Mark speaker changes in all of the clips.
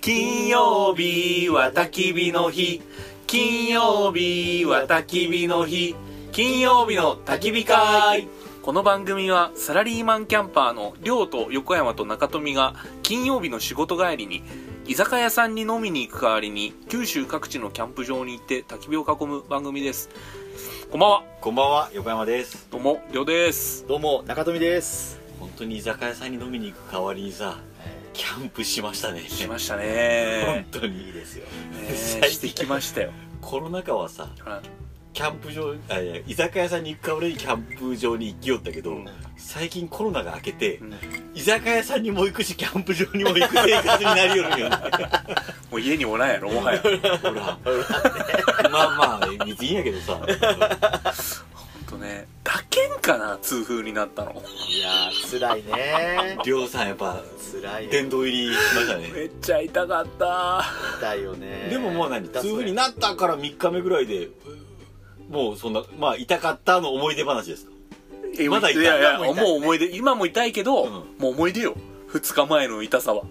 Speaker 1: 金曜日は焚き火の日金曜日は焚き火の日金曜日の焚き火会この番組はサラリーマンキャンパーの亮と横山と中富が金曜日の仕事帰りに居酒屋さんに飲みに行く代わりに九州各地のキャンプ場に行って焚き火を囲む番組ですこんばんは
Speaker 2: こんばんは、横山です。
Speaker 1: どうも亮です
Speaker 3: どうも中富です
Speaker 2: 本当に居酒屋さんに飲みに行く代わりにさ、キャンプしましたね。
Speaker 1: しました
Speaker 2: 本
Speaker 1: ね
Speaker 2: 当にいいですよ。
Speaker 1: ね
Speaker 2: 最
Speaker 1: して
Speaker 2: 近
Speaker 1: きましたよ
Speaker 2: コロナ禍はさ、
Speaker 1: はい
Speaker 2: キャンプ場、あいや居酒屋さんに行く代わりにキャンプ場に行きよったけど、
Speaker 1: うん
Speaker 2: 最近コロナが明けて、
Speaker 1: うん
Speaker 2: 居酒屋さんにも行くし、キャンプ場にも行く生活になりよるんよ ね。
Speaker 1: もう家におらんやろもは や
Speaker 2: ほら。まあまあ、別にいいんやけどさ。
Speaker 1: ほんとねだけんかな痛風になったの
Speaker 3: いやー辛いね
Speaker 2: りょうさんやっぱ、
Speaker 3: 辛いよ
Speaker 2: 殿堂入りしましたね。
Speaker 1: めっちゃ痛かった
Speaker 3: 痛いよね
Speaker 2: でももう何
Speaker 3: 痛
Speaker 2: 痛
Speaker 3: そう
Speaker 2: 風
Speaker 3: や
Speaker 2: になったから3日目ぐらいでもうそんなまあ痛かったの思い出話ですか
Speaker 1: え
Speaker 2: まだ痛い
Speaker 1: いやいや
Speaker 2: 今
Speaker 1: も
Speaker 2: も痛いう
Speaker 1: 思い出今も痛いけど、
Speaker 2: うん
Speaker 1: もう思い出よ2日前の痛さは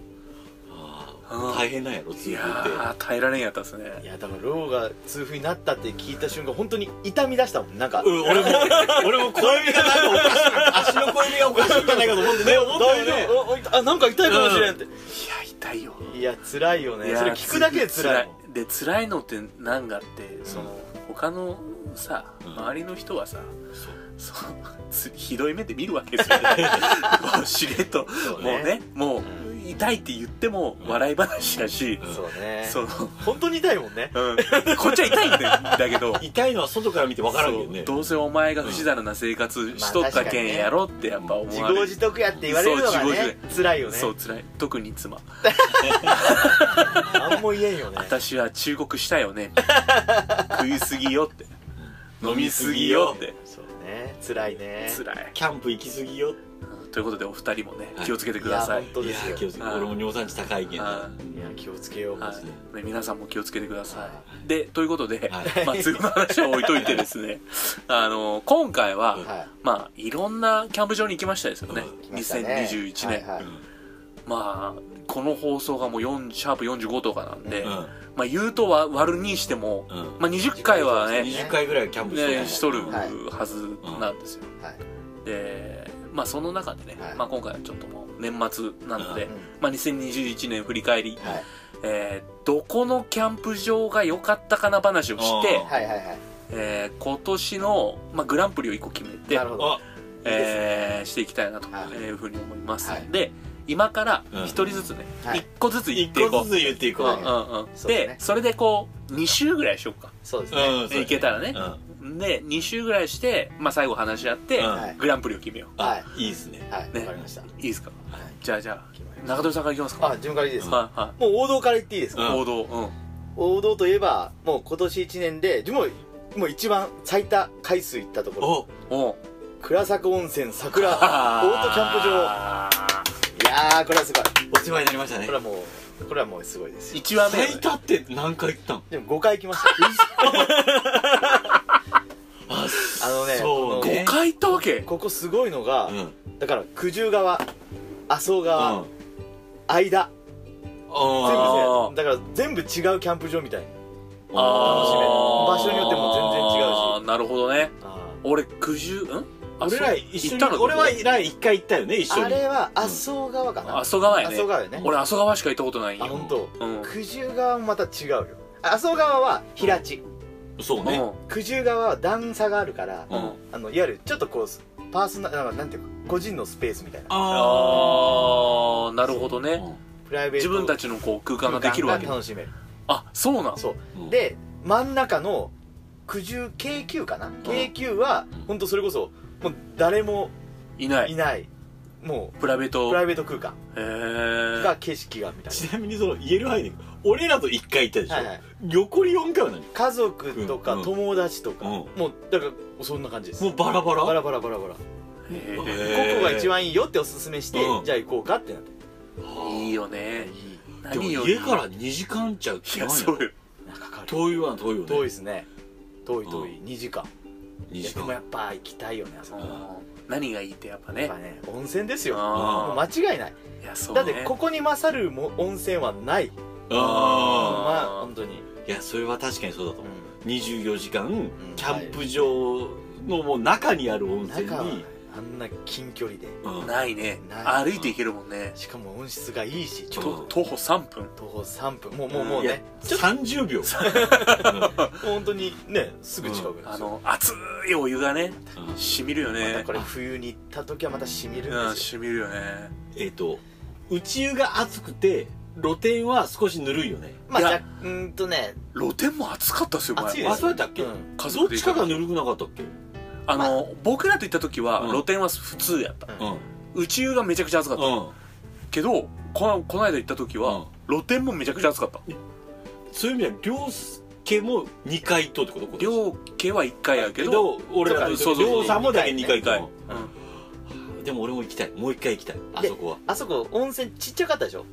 Speaker 1: うん
Speaker 2: 大変なんやろ
Speaker 1: い
Speaker 2: 痛
Speaker 1: や
Speaker 2: 風って
Speaker 1: ー耐えられんやったっす
Speaker 3: い
Speaker 1: ね
Speaker 3: やだからローが痛風になったって聞いた瞬間本当に痛み出したもんなんか、
Speaker 2: うん 俺も俺も小指がなんかおかしい足の小指がおかしいんじゃないかと思ってね 思った
Speaker 3: 大
Speaker 2: よね
Speaker 3: 丈夫おおあなんか痛いかもしれんって、
Speaker 1: いや痛いよ
Speaker 3: いや辛いよねそれ聞くだけで辛いもん
Speaker 1: で辛いのって何があってその、他のさ
Speaker 2: うん
Speaker 1: 周りの人はさ、
Speaker 2: そう
Speaker 1: そうつひどい目で見るわけですよねもうしれっと
Speaker 3: そう
Speaker 1: もうねも
Speaker 3: う
Speaker 1: う痛いって言っても
Speaker 2: うん
Speaker 1: 笑い話だし、
Speaker 2: うん
Speaker 3: そうね
Speaker 1: その、
Speaker 3: 本当に痛いもんね
Speaker 1: うん、こっちは痛いんだだけど
Speaker 2: 痛いのは外から見て分からんけど
Speaker 1: そう
Speaker 2: ね
Speaker 1: どうせお前が不自由な生活しとったけんやろってやっぱ思
Speaker 3: 自
Speaker 1: われ
Speaker 3: 業
Speaker 1: る、
Speaker 3: 自得やって言われるのが
Speaker 1: そう自業
Speaker 3: ね辛いよね
Speaker 1: そう辛い特に妻
Speaker 3: 何も言えん よね
Speaker 1: 私は忠告したよね食いすぎよって飲みすぎよって
Speaker 3: そうね辛いね
Speaker 1: 辛い
Speaker 2: キャンプ行き過ぎよ
Speaker 1: ということでお二人もね
Speaker 2: はい
Speaker 1: 気をつけてください
Speaker 3: いや本当ですよ
Speaker 2: いや気をつけて
Speaker 1: はい
Speaker 2: 俺も尿酸値高いけん
Speaker 1: は
Speaker 2: ない
Speaker 3: いや気をつけようマ
Speaker 1: は
Speaker 3: ジで
Speaker 1: い、ね皆さんも気をつけてくださ。
Speaker 3: はい
Speaker 1: でということで、
Speaker 2: はい
Speaker 1: まあ、次の話は置いといてですねあの今回は、
Speaker 2: はい
Speaker 3: はい
Speaker 1: まあ、いろんなキャンプ場に行きましたですよね、
Speaker 2: うん
Speaker 3: 来ましたね
Speaker 1: 2021年、
Speaker 3: はいはい
Speaker 1: まあこの放送がもう4シャープ45とかなんで、
Speaker 2: うん
Speaker 1: まあ、言うとは割るにしても、
Speaker 2: うん
Speaker 1: まあ、20回はね
Speaker 2: 20回ぐらいキャンプしとる
Speaker 1: ねしとる
Speaker 3: はい
Speaker 1: はずなんですよ、
Speaker 3: はい
Speaker 1: でまあその中でね、
Speaker 3: はい
Speaker 1: まあ、今回はちょっともう年末なので、
Speaker 3: うん
Speaker 1: まあ、2021年振り返り、
Speaker 3: はい
Speaker 1: えーどこのキャンプ場が良かったかな話をして
Speaker 2: あ、
Speaker 3: はいはいはい
Speaker 1: えー今年の、まあ、グランプリを1個決めて
Speaker 3: なるほど
Speaker 2: あ
Speaker 1: えーしていきたいなと
Speaker 3: はい
Speaker 1: いうふうに思います、
Speaker 3: はい
Speaker 1: で今から
Speaker 2: うん
Speaker 1: 1人ずつね、
Speaker 3: はい
Speaker 1: 1個ずつ言ってい
Speaker 2: 1
Speaker 1: こ
Speaker 2: 個
Speaker 1: う
Speaker 2: ずつ言っていこう
Speaker 1: う
Speaker 2: うんん
Speaker 1: う
Speaker 3: は
Speaker 1: んうん
Speaker 3: そうです
Speaker 1: で
Speaker 3: ね
Speaker 1: それでこう2週ぐらいしようか
Speaker 3: そうですね
Speaker 2: そうだね
Speaker 1: いけたらね
Speaker 2: う、ん
Speaker 1: で2週ぐらいして、まあ、最後話し合って、
Speaker 2: うん
Speaker 3: はい
Speaker 1: グランプリを決めよ
Speaker 2: あいいですね
Speaker 3: はい
Speaker 1: ね
Speaker 3: わかりましたはいう
Speaker 1: いいですかじゃあじゃ
Speaker 3: 決まりました
Speaker 1: あ中鳥さんからいきますか
Speaker 3: あ順からいいですか
Speaker 1: はいは
Speaker 3: もう王道から言っていいです
Speaker 1: い
Speaker 3: か
Speaker 2: うん
Speaker 1: 王道うん
Speaker 3: 王道といえばもう今年1年でもうもう一番最多回数行ったところ
Speaker 2: お
Speaker 1: おう
Speaker 3: 倉作温泉桜オートキャンプ場
Speaker 1: あー
Speaker 3: いやーこれはすごいこ
Speaker 2: お世話になりましたね
Speaker 3: れはもうこれはもうすごいですよ
Speaker 1: 一話目
Speaker 2: 最多って何回行ったん
Speaker 3: でも5回行きました
Speaker 2: あ
Speaker 3: あのね
Speaker 2: そう
Speaker 1: 5
Speaker 2: ね
Speaker 1: 回行ったわけ
Speaker 3: ここすごいのが、
Speaker 2: うん
Speaker 3: だから九十川麻生川、
Speaker 2: うん
Speaker 3: 間全部
Speaker 2: あ
Speaker 1: あー
Speaker 3: ねだから全部違うキャンプ場みたいな
Speaker 2: ー
Speaker 3: あ
Speaker 1: ー
Speaker 3: 場所によっても全然違うし
Speaker 1: あーなるほどね
Speaker 3: あ
Speaker 1: 俺九十んあ
Speaker 2: 俺ら一
Speaker 1: 行
Speaker 2: 緒
Speaker 1: っ
Speaker 2: に
Speaker 1: たの
Speaker 2: 俺はら一回行ったよね一緒に
Speaker 3: れは麻生川かな、
Speaker 1: 阿蘇川や
Speaker 3: 麻
Speaker 1: ね
Speaker 3: 生川よね
Speaker 1: 俺阿蘇川しか行ったことないん
Speaker 3: あ
Speaker 1: よ
Speaker 3: 本当。
Speaker 1: うん
Speaker 3: 九十川もまた違うよあ麻生川は平地、
Speaker 2: そう
Speaker 1: う
Speaker 2: ね
Speaker 1: ん
Speaker 3: 九十川は段差があるから、
Speaker 2: うん
Speaker 1: うん
Speaker 3: あのいわゆるちょっとこうパーソナルなんかなんていうか個人のスペースみたいな
Speaker 1: ああなるほど
Speaker 2: あ
Speaker 1: ね
Speaker 3: プライベート
Speaker 1: 自分た
Speaker 3: ち
Speaker 1: ちのこう空間ができるわけ
Speaker 3: 楽しめる
Speaker 1: あそうなん
Speaker 3: そう
Speaker 2: うん
Speaker 3: で真ん中の九十 K 級かな K 級は
Speaker 2: うん
Speaker 3: 本当それこそもう誰も
Speaker 1: いないい
Speaker 3: ないも
Speaker 1: プライベー
Speaker 3: う
Speaker 1: ト
Speaker 3: プラ
Speaker 1: へ
Speaker 3: イベート空間
Speaker 1: え
Speaker 3: が景色がみたい
Speaker 2: ちなみにその言える範囲で俺らと一回行った
Speaker 3: な、はい
Speaker 2: で
Speaker 3: は
Speaker 2: し
Speaker 3: い、
Speaker 2: ょ横に4回は何
Speaker 3: 家族と
Speaker 2: う
Speaker 3: か
Speaker 2: ん
Speaker 3: 友達とか、
Speaker 2: うん
Speaker 3: もうだからそんな感じです
Speaker 2: もうバラバラ
Speaker 3: バラバラバラバラこ
Speaker 2: へ
Speaker 1: へ
Speaker 2: ー
Speaker 3: こが一番いいよっておすすめして、
Speaker 2: うん
Speaker 3: じゃあ行こうかってなって
Speaker 1: えいいよね
Speaker 2: でも
Speaker 1: 何より
Speaker 2: 家から2時間ちゃう
Speaker 1: いやそうよ
Speaker 3: なんかかる
Speaker 2: 遠いわ遠いよね
Speaker 3: 遠いですね遠い遠い、
Speaker 2: う
Speaker 3: 2時間
Speaker 2: 2
Speaker 3: いや
Speaker 2: 時
Speaker 3: でもや
Speaker 2: 間
Speaker 3: っぱ行きたいよねあそこ
Speaker 1: う
Speaker 3: は
Speaker 1: ん何がいいってやっぱ
Speaker 3: やっ
Speaker 1: ね
Speaker 3: ぱね温泉ですよもう
Speaker 1: あ
Speaker 3: 間違いない
Speaker 1: あいやそう
Speaker 3: だっ
Speaker 1: ね
Speaker 3: てここに勝るも温泉はない
Speaker 2: あ
Speaker 3: まあ本当に、
Speaker 2: あいやそれは確かにそうだと
Speaker 3: う、
Speaker 2: 思うん24時間
Speaker 3: ん
Speaker 2: キャンプ場のもう中にある温泉に、
Speaker 3: 中はあんな近距離で
Speaker 2: うん
Speaker 1: ないね
Speaker 3: ない
Speaker 1: 歩いていけるもんね
Speaker 3: しかも音質がいいしちょ
Speaker 1: と徒歩3分
Speaker 3: 徒歩3分もうもうもう
Speaker 2: いや
Speaker 3: ね
Speaker 2: 30秒
Speaker 3: もう本当にねすぐ近くなんで
Speaker 1: あ
Speaker 3: すよ、
Speaker 1: の熱いお湯がね
Speaker 2: うん
Speaker 1: しみるよ
Speaker 3: ま
Speaker 1: ね
Speaker 3: たこれ冬に行った時はまた染みる
Speaker 1: うんん
Speaker 3: ですよ
Speaker 1: しみるよね
Speaker 2: えっ、と内湯が暑くて露天は少しぬるいよね
Speaker 3: まあ
Speaker 1: いや
Speaker 3: 若うーんとね
Speaker 1: 露天も暑かったですよ前
Speaker 3: 暑いです
Speaker 2: あそうやったっけ
Speaker 3: うん
Speaker 1: 家
Speaker 2: どっ
Speaker 1: 族で
Speaker 2: ち
Speaker 1: 行
Speaker 2: か
Speaker 1: った
Speaker 2: がぬるくなかったっけ
Speaker 1: あの僕らと行った時は
Speaker 2: うん
Speaker 1: 露天は普通やった
Speaker 3: うん
Speaker 2: うん
Speaker 1: 宇宙がめちゃくちゃ暑かった
Speaker 2: うん
Speaker 1: けどこのこの間行った時は露天もめちゃくちゃ暑かった
Speaker 2: そういう意味では涼介も2回とってこと
Speaker 1: 両家は1回やけ
Speaker 2: け
Speaker 1: ど
Speaker 2: ど俺らの
Speaker 1: そうそうそう
Speaker 2: 涼さんもだけ2回
Speaker 1: 1回
Speaker 2: とでも俺も行きたいもう1回行きたいあそこは
Speaker 3: あそこ温泉ちっちゃかったでしょ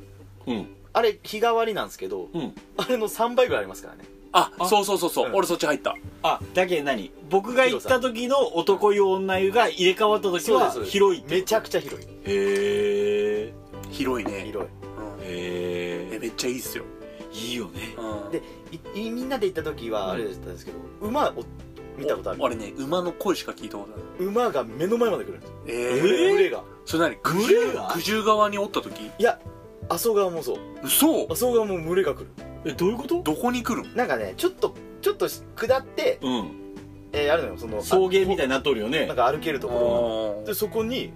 Speaker 2: うん
Speaker 3: あれ日替わりなんですけど
Speaker 2: うん
Speaker 3: あれの3倍ぐらいありますからね
Speaker 1: あ
Speaker 2: あ
Speaker 1: そうそうそうそう
Speaker 3: うん
Speaker 1: 俺そっち入った
Speaker 2: あだけど何僕が行った時の男湯女湯が入れ替わった時は
Speaker 3: そうです
Speaker 2: 広いって
Speaker 3: めちゃくちゃ広い
Speaker 2: へえ
Speaker 1: 広いね
Speaker 3: 広
Speaker 1: うんえ
Speaker 2: へ
Speaker 1: めっちゃいいっすよ
Speaker 2: えいいよね
Speaker 1: うん
Speaker 3: でいいみんなで行った時はあれだったんですけど馬を見たことある
Speaker 1: お俺ね馬の声しか聞いたことない
Speaker 3: 馬が目の前まで来るんです
Speaker 1: え
Speaker 2: えー
Speaker 3: 群れが
Speaker 1: それ何
Speaker 2: 群
Speaker 1: 九
Speaker 2: れ
Speaker 1: 十
Speaker 2: が
Speaker 1: 九十側におった時
Speaker 3: いや麻生川もそう
Speaker 1: 嘘
Speaker 3: 麻生川も群れが来る
Speaker 2: えどういうこと
Speaker 1: どこに来るん
Speaker 3: なんかねちょっとちょっと下って、
Speaker 2: うん
Speaker 3: えーあるのよその
Speaker 2: 草原みたいになっとるよ
Speaker 3: あ
Speaker 2: ね
Speaker 3: なんか歩けるところ
Speaker 1: あ
Speaker 3: でそこに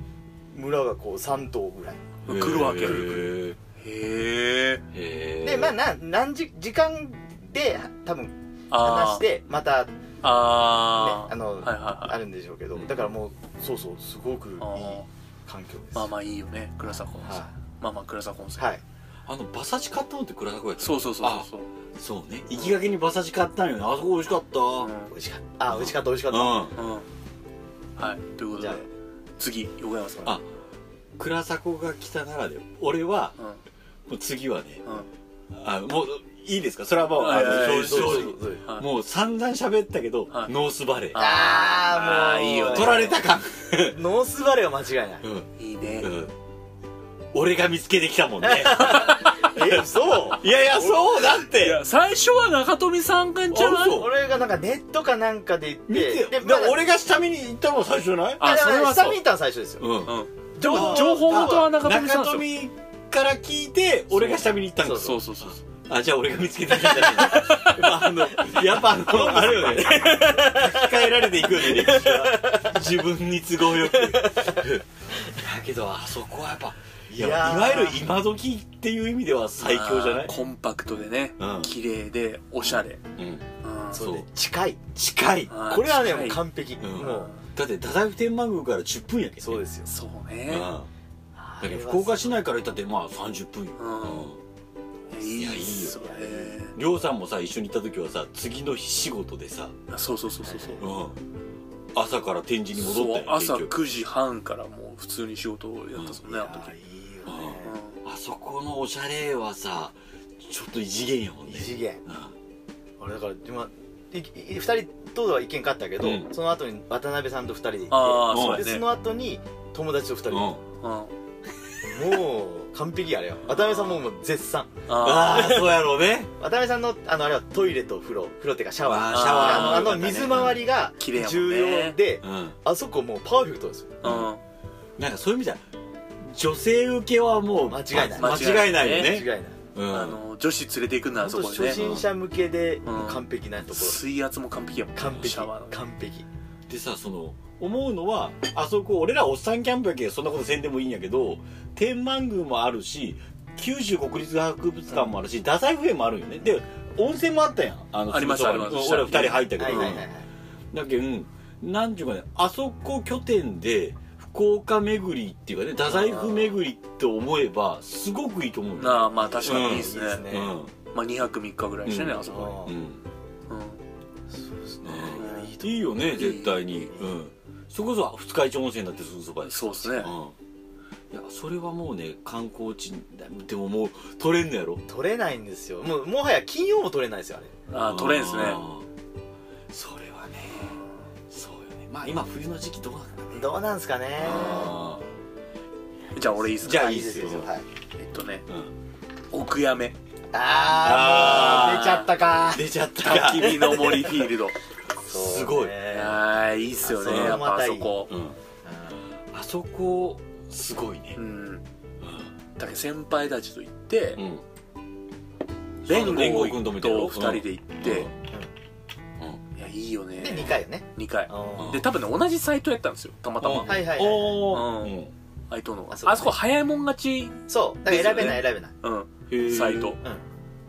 Speaker 3: 村がこう3頭ぐらい
Speaker 1: ー来るわけ
Speaker 2: へー
Speaker 1: へえ
Speaker 2: へー
Speaker 3: でまあな何時時間で多分話し
Speaker 1: あー
Speaker 3: てまたね
Speaker 1: あ
Speaker 3: あ
Speaker 1: ー
Speaker 3: の、
Speaker 1: はいはいはい
Speaker 3: あるんでしょうけど
Speaker 2: うん
Speaker 3: だからもうそうそうすごくいい
Speaker 1: あー
Speaker 3: 環境です
Speaker 1: まあまあいいよね倉坂温泉
Speaker 3: は
Speaker 1: まあまあ倉坂温
Speaker 3: い、
Speaker 1: 泉
Speaker 3: はい、
Speaker 2: あの馬刺し買ったのって倉田子やった
Speaker 1: そうそうそうそうそう
Speaker 2: そうね行きがけに馬刺し買ったんよねあそこ美味しかった
Speaker 3: 美味しかったあー美味しかった美味しかった、
Speaker 2: うん
Speaker 1: うんはいということ
Speaker 3: じゃ
Speaker 1: で
Speaker 3: あ
Speaker 1: 次横山さん
Speaker 2: あ倉迫が来たならで俺は
Speaker 1: うん
Speaker 2: もう次はね
Speaker 1: うん
Speaker 2: あもういいですかそれはもう
Speaker 1: は
Speaker 2: あ
Speaker 1: いはい
Speaker 2: の
Speaker 1: はい
Speaker 2: 正
Speaker 3: そう
Speaker 2: 直
Speaker 3: そうそう
Speaker 1: はい
Speaker 2: もう散々喋ったけど
Speaker 1: はい
Speaker 2: ノースバレー
Speaker 3: あーもう
Speaker 1: あーいいよね
Speaker 2: 取られた感
Speaker 3: ノースバレーは間違いない
Speaker 2: うん
Speaker 1: いいね
Speaker 2: うん俺が見つけてきたもんね
Speaker 3: えそう
Speaker 2: いやいやそうだっ
Speaker 1: い
Speaker 2: て
Speaker 1: や最初は中富さんがんじゃな
Speaker 2: あ
Speaker 1: い
Speaker 2: 嘘
Speaker 3: 俺がなんかネットかなんかで行っ
Speaker 2: 見て
Speaker 3: て
Speaker 2: よで
Speaker 3: でまだ
Speaker 2: 俺が下見に行ったのが最初じゃない
Speaker 1: あ
Speaker 3: あ
Speaker 1: そ
Speaker 3: そ
Speaker 1: れ
Speaker 3: れ
Speaker 1: は
Speaker 3: は
Speaker 1: そう
Speaker 3: 下見たの最初ですよ
Speaker 2: うん
Speaker 1: うん
Speaker 2: 情
Speaker 3: 報
Speaker 2: 情報
Speaker 1: 元は中
Speaker 2: 中
Speaker 1: 富
Speaker 2: 富
Speaker 1: さんですよ
Speaker 2: から聞いて俺が下見に行ったんです
Speaker 1: そうそうそうそう
Speaker 2: あじゃあ俺が見つけてきたんじゃ ないのまああのやっぱあのあれよね書き換えられていくよね歴史は自分に都合よくだけどあそこはやっぱいや
Speaker 3: いやー
Speaker 2: いわゆる今時っていう意味では最強じゃな
Speaker 1: あー
Speaker 2: い、
Speaker 1: コンパクトでね
Speaker 2: うん
Speaker 1: 綺麗でおしゃれ
Speaker 2: うん
Speaker 1: うん
Speaker 3: そうね
Speaker 2: そう
Speaker 3: 近い
Speaker 2: 近い
Speaker 1: あー
Speaker 3: これはね
Speaker 1: 近
Speaker 3: も
Speaker 1: いう
Speaker 3: 完璧
Speaker 2: うん
Speaker 3: もう
Speaker 2: だって太宰府天満宮から10分やけどね
Speaker 3: そうですよ
Speaker 1: そう
Speaker 2: うん
Speaker 1: ね
Speaker 2: だ
Speaker 3: だ
Speaker 2: けど福岡市内から行ったってまあ30分よ、
Speaker 1: うんいいっすよ
Speaker 3: いやいいよ
Speaker 1: ね
Speaker 2: りょうさんもさ一緒に行った時はさ次の日仕事でさ、
Speaker 1: そうそうそうそうそう
Speaker 2: 朝から天神に戻った
Speaker 1: そ
Speaker 2: よ
Speaker 1: う
Speaker 2: ね
Speaker 1: 朝
Speaker 2: 結局
Speaker 1: 9時半からもう普通に仕事をやったそうねあの時
Speaker 3: いいよ
Speaker 2: う
Speaker 3: ね
Speaker 2: あそこのおしゃれはさちょっと異次元やもんね
Speaker 3: 異次元
Speaker 2: うん
Speaker 3: 俺だから今いい2人とは意見かったけど
Speaker 2: うん
Speaker 3: その後に渡辺さんと2人で行
Speaker 1: あ
Speaker 3: っ
Speaker 1: あそう
Speaker 3: て
Speaker 1: や
Speaker 3: で
Speaker 1: ね
Speaker 3: その後に友達と2人で
Speaker 2: うん
Speaker 3: も
Speaker 1: うん
Speaker 3: う完璧あれよ渡辺さんももう絶賛
Speaker 1: あ
Speaker 2: ああそうやろうね
Speaker 3: 渡辺さんのあのあれはトイレと風呂風呂っていうかシャワー
Speaker 2: あ
Speaker 1: ーシャワー
Speaker 3: あのあの
Speaker 2: よかったね
Speaker 3: 水回りが
Speaker 1: 綺麗やもんね
Speaker 3: 重要で
Speaker 2: うん
Speaker 3: あそこもうパーフェクトですよ
Speaker 1: あうん
Speaker 2: なんかそういう意味じゃ女性受けはもう
Speaker 3: 間違いない
Speaker 2: 間違いない
Speaker 3: 間
Speaker 2: よ
Speaker 3: 違
Speaker 2: ね
Speaker 3: いない
Speaker 2: うん
Speaker 1: あの女子連れて行くなら
Speaker 3: 本当
Speaker 1: そこで
Speaker 3: 初
Speaker 1: ね
Speaker 3: 心者向けで
Speaker 1: ん
Speaker 3: もう完璧なところ
Speaker 1: 水圧も完璧やもんね
Speaker 3: 完
Speaker 1: シ
Speaker 3: 璧
Speaker 1: ャワーのね
Speaker 3: 完璧
Speaker 2: でさその思うのはあそこ俺らおっさんキャンプやけどそんなことせんでもいいんやけど天満宮もあるし九州国立博物館もあるし太宰府園もあるよねで温泉もあったやんあの
Speaker 1: ありました
Speaker 2: すぐそば
Speaker 1: あ
Speaker 2: に
Speaker 1: りました
Speaker 2: 俺ら二人入ったけど、
Speaker 3: はいはいはいはい
Speaker 2: だけどうんなんていうかねあそこ拠点で福岡巡りっていうかね太宰府巡りって思えばすごくいいと思うよ
Speaker 1: なあまあ確かにいいです
Speaker 3: うんいいっす
Speaker 1: ね
Speaker 3: ね
Speaker 1: まあ2泊3日ぐらいしてね
Speaker 2: うん
Speaker 1: あそこ
Speaker 2: うん、うん
Speaker 1: に
Speaker 3: そうですね
Speaker 1: うん
Speaker 2: いいよね絶対にうんそれこそ二日市温泉だってすぐそば
Speaker 1: う
Speaker 2: で
Speaker 1: ん
Speaker 2: す
Speaker 1: そうですね
Speaker 2: うんいやそれはもうね観光地でももう取れんのやろ
Speaker 3: 取れないんですよもうもはや金曜も取れないですよあれ
Speaker 1: あ取れんっすね
Speaker 2: うんそれはねそうよねまあ今冬の時期どうなんだろうね
Speaker 3: どうなんすかね
Speaker 2: あ
Speaker 1: じゃあ俺いいっすか
Speaker 2: じゃあ
Speaker 3: はい
Speaker 2: いいっすよ
Speaker 3: はい
Speaker 1: えっとね
Speaker 2: ーうん
Speaker 1: 奥やめ
Speaker 3: ああー
Speaker 2: あー
Speaker 3: もう出ちゃったか
Speaker 2: 出ちゃったか
Speaker 1: 焚き火 の森フィールド
Speaker 2: すごい
Speaker 3: あ
Speaker 1: あーいいっすよねやっぱあそこ
Speaker 2: うんあそこすごいね
Speaker 1: うんだけど先輩たちと行って
Speaker 2: ん
Speaker 1: 連合君
Speaker 2: 君
Speaker 1: と
Speaker 2: と
Speaker 1: 2
Speaker 2: 見
Speaker 1: 人で行って
Speaker 2: うんうん
Speaker 1: いやいいよね
Speaker 3: で2回よね
Speaker 1: 2回
Speaker 2: ん
Speaker 1: で多分ね同じサイトやったんですよたまたま
Speaker 2: うん
Speaker 3: はいはいはい
Speaker 2: おー
Speaker 1: あいとの
Speaker 3: あ
Speaker 1: あ
Speaker 3: そうね
Speaker 1: そこ早いもん勝ち
Speaker 3: そうだから選べない選べない
Speaker 1: うん
Speaker 2: へー
Speaker 1: サイト
Speaker 3: うん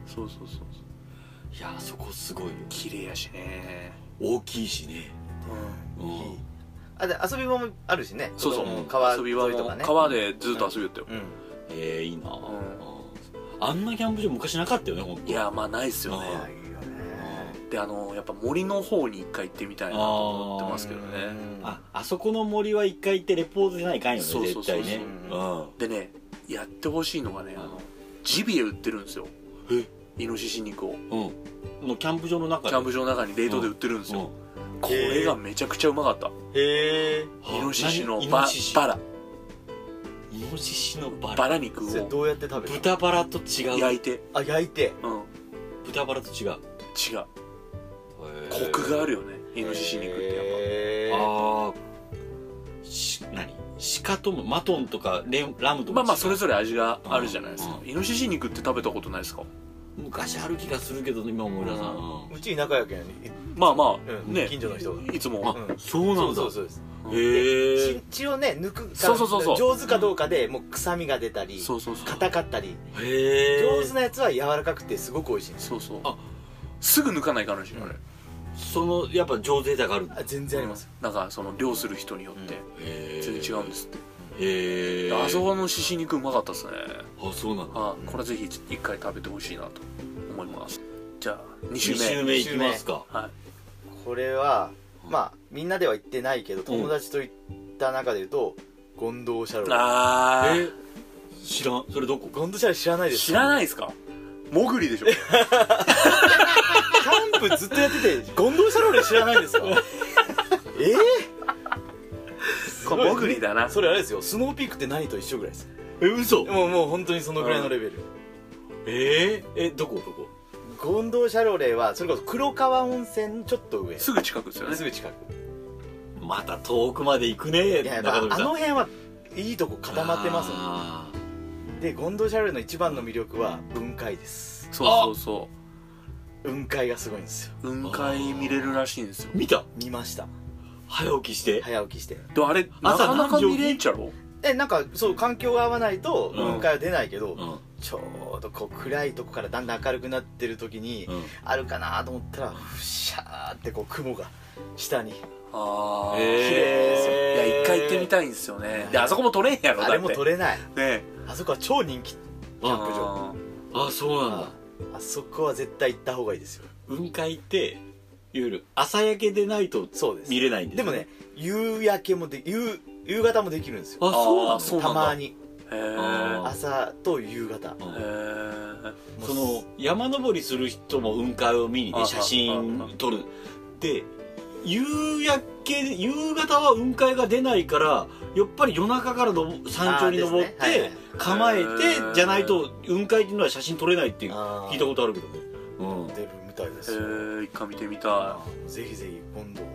Speaker 1: そうそうそうそう
Speaker 2: いやあそこすごいよ
Speaker 1: 綺麗やしね
Speaker 2: 大きいしね
Speaker 1: うん
Speaker 2: うん
Speaker 3: あで遊び場もあるしね
Speaker 1: そうそう
Speaker 2: 子供
Speaker 3: 川
Speaker 1: 遊び場
Speaker 3: 沿いとか
Speaker 1: も
Speaker 3: ね
Speaker 1: 川でずっと遊びよったよ
Speaker 3: うん
Speaker 2: えーいいな
Speaker 1: うん
Speaker 2: うんあんなキャンプ場昔なかったよね本当
Speaker 1: いやまあないっすよね
Speaker 3: い
Speaker 2: うん
Speaker 3: やいいよね
Speaker 1: であのやっぱ森の方に一回行ってみたいなと思ってますけど
Speaker 3: う
Speaker 1: ね
Speaker 3: ん
Speaker 2: ああそこの森は一回行ってレポートじゃないかんよ
Speaker 1: そう
Speaker 2: ね
Speaker 1: そう
Speaker 2: 絶
Speaker 1: そう
Speaker 2: 対ね
Speaker 3: う
Speaker 1: でねやってほしいのがねあ
Speaker 2: う
Speaker 1: の
Speaker 2: ん
Speaker 1: ジビエ売ってるんですよ
Speaker 2: え
Speaker 1: イノシシ肉を
Speaker 2: うんうんのキャンプ場の中
Speaker 1: キ
Speaker 2: で
Speaker 1: ャンプ場の中に冷凍で売ってるんです
Speaker 2: う
Speaker 1: よ
Speaker 2: ん
Speaker 1: これがめちゃくちゃうまかった
Speaker 3: へえ
Speaker 2: うん
Speaker 1: イノシシの
Speaker 2: 何イ
Speaker 1: バ
Speaker 2: ノシシ
Speaker 1: バラ
Speaker 2: イノシシのバラ
Speaker 1: バラ肉
Speaker 3: それ
Speaker 1: を
Speaker 3: どうやって食べる
Speaker 2: 豚バラと違う
Speaker 1: 焼いて
Speaker 3: あ焼いて
Speaker 1: うん
Speaker 2: 豚バラと違う
Speaker 1: 違うコクがあるよねイノシシ肉ってやっ
Speaker 3: へー
Speaker 2: ああし何鹿ともマトンとかレンラム
Speaker 1: ぱ
Speaker 2: とか
Speaker 1: まあまあ
Speaker 2: 違う
Speaker 1: それぞれ味があるじゃないですか
Speaker 2: うん
Speaker 1: イノシシ肉って食べたことないですか
Speaker 2: 昔ある気がするけどね今思い出さん、
Speaker 3: うち田舎やけんい
Speaker 1: まあま
Speaker 3: う
Speaker 1: あ
Speaker 3: ん
Speaker 1: ね
Speaker 3: 近所の人が
Speaker 1: いつ
Speaker 2: あ
Speaker 1: も
Speaker 3: うん
Speaker 2: そうなんだ
Speaker 3: そうそうそうです
Speaker 2: へ
Speaker 3: 血
Speaker 2: え
Speaker 3: 血をね抜くか
Speaker 1: そうそうそうそう
Speaker 3: 上手かどうかでもう臭みが出たり
Speaker 1: そうそうそう
Speaker 3: 硬かったり
Speaker 2: へえ
Speaker 3: 上手なやつは柔らかくてすごく美味しいんです
Speaker 1: そうそう
Speaker 2: あ
Speaker 1: すぐ抜かないからしいあれ
Speaker 2: そのやっぱ上手だがあるんだ
Speaker 3: あ全然あります
Speaker 1: なんかその漁する人によって
Speaker 2: へえ
Speaker 1: 全然違うんですって
Speaker 2: へえ
Speaker 1: あそこの獅子肉うまかったですね
Speaker 2: あそうなんだ
Speaker 1: あこれぜひ一回食べてほしいなと思いますじゃあ2
Speaker 2: 2
Speaker 1: 週目
Speaker 2: 周目いきますか
Speaker 1: はい
Speaker 3: これは
Speaker 2: うん
Speaker 3: まあみんなでは行ってないけど友達と行った中で言うとゴンドウシャロー
Speaker 1: あ
Speaker 2: え知らんそれどこ
Speaker 3: ゴンドウシャロー知らないです
Speaker 1: 知ら
Speaker 3: い
Speaker 1: ないですかモグリでしょ
Speaker 3: キャンプずっとやって てゴンドウシャローで知らないんですかえ
Speaker 1: これモグリだ
Speaker 3: え
Speaker 1: な
Speaker 3: それあれですよスノーピークって何と一緒ぐらいです
Speaker 2: え嘘
Speaker 3: もうもう本当にそのぐらいのレベル
Speaker 2: えー、えどこどこ
Speaker 3: ゴンドウシャロレーはそれこそ黒川温泉のちょっと上
Speaker 1: すぐ近くですよね
Speaker 3: すぐ近く
Speaker 2: また遠くまで行くね
Speaker 3: いややっぱ
Speaker 2: 中
Speaker 3: あ
Speaker 2: 富さん
Speaker 3: の辺はいいとこ固まってますよね
Speaker 2: あー
Speaker 3: でゴンドウシャロレーの一番の魅力は雲海です
Speaker 1: そうそうそ
Speaker 3: 雲海がすごいんですよ
Speaker 1: う雲海見れるらしいんですよ
Speaker 2: 見た
Speaker 3: 見ました
Speaker 2: 早起きして、
Speaker 3: 早起きして
Speaker 1: であれな
Speaker 2: 朝
Speaker 1: かなか
Speaker 2: 何時起き
Speaker 1: 見れんちゃろ
Speaker 3: えなんかそう環境が合わないと
Speaker 2: うん
Speaker 3: 雲海は出ないけど、
Speaker 2: うんうん
Speaker 3: ちょうどこう暗いとこからだんだん明るくなってる時に、あるかなと思ったらふしゃーってこう雲が下に
Speaker 1: ああ
Speaker 2: へー
Speaker 1: 綺麗ですよいや一回行ってみたいんですよねであそこも取れんやろだっ
Speaker 3: あ
Speaker 1: て
Speaker 3: れも取れない
Speaker 1: ね
Speaker 3: あそこは超人気キャンプ場
Speaker 1: あ
Speaker 2: あそうなんだ
Speaker 3: ああそこは絶対行った方がいいですよ
Speaker 2: 雲海って夜朝焼けでないと
Speaker 3: そうです
Speaker 2: 見れないんです
Speaker 3: でもね夕焼けもで夕夕方もできるんですよ
Speaker 2: あそうなん
Speaker 1: あ
Speaker 2: だ
Speaker 1: そうなん
Speaker 3: た
Speaker 1: だ
Speaker 3: まに
Speaker 1: ーへ
Speaker 2: あ
Speaker 3: 朝と夕方
Speaker 2: うん
Speaker 1: え
Speaker 3: もう
Speaker 2: その山登りする人も雲海を見に
Speaker 1: あ
Speaker 2: ね写
Speaker 1: あ
Speaker 2: 真撮るで夕焼け夕方は雲海が出ないからやっぱり夜中からのぼ山頂に登っ
Speaker 3: あーですねはいは
Speaker 2: て
Speaker 3: い
Speaker 2: 構えて
Speaker 1: うん
Speaker 2: じゃないと雲海っていうのは写真撮れないっていう
Speaker 3: あー
Speaker 2: 聞いたことあるけどねうん
Speaker 3: 出るみたいですよ
Speaker 1: 一回見てみた
Speaker 3: ぜひぜひ今度は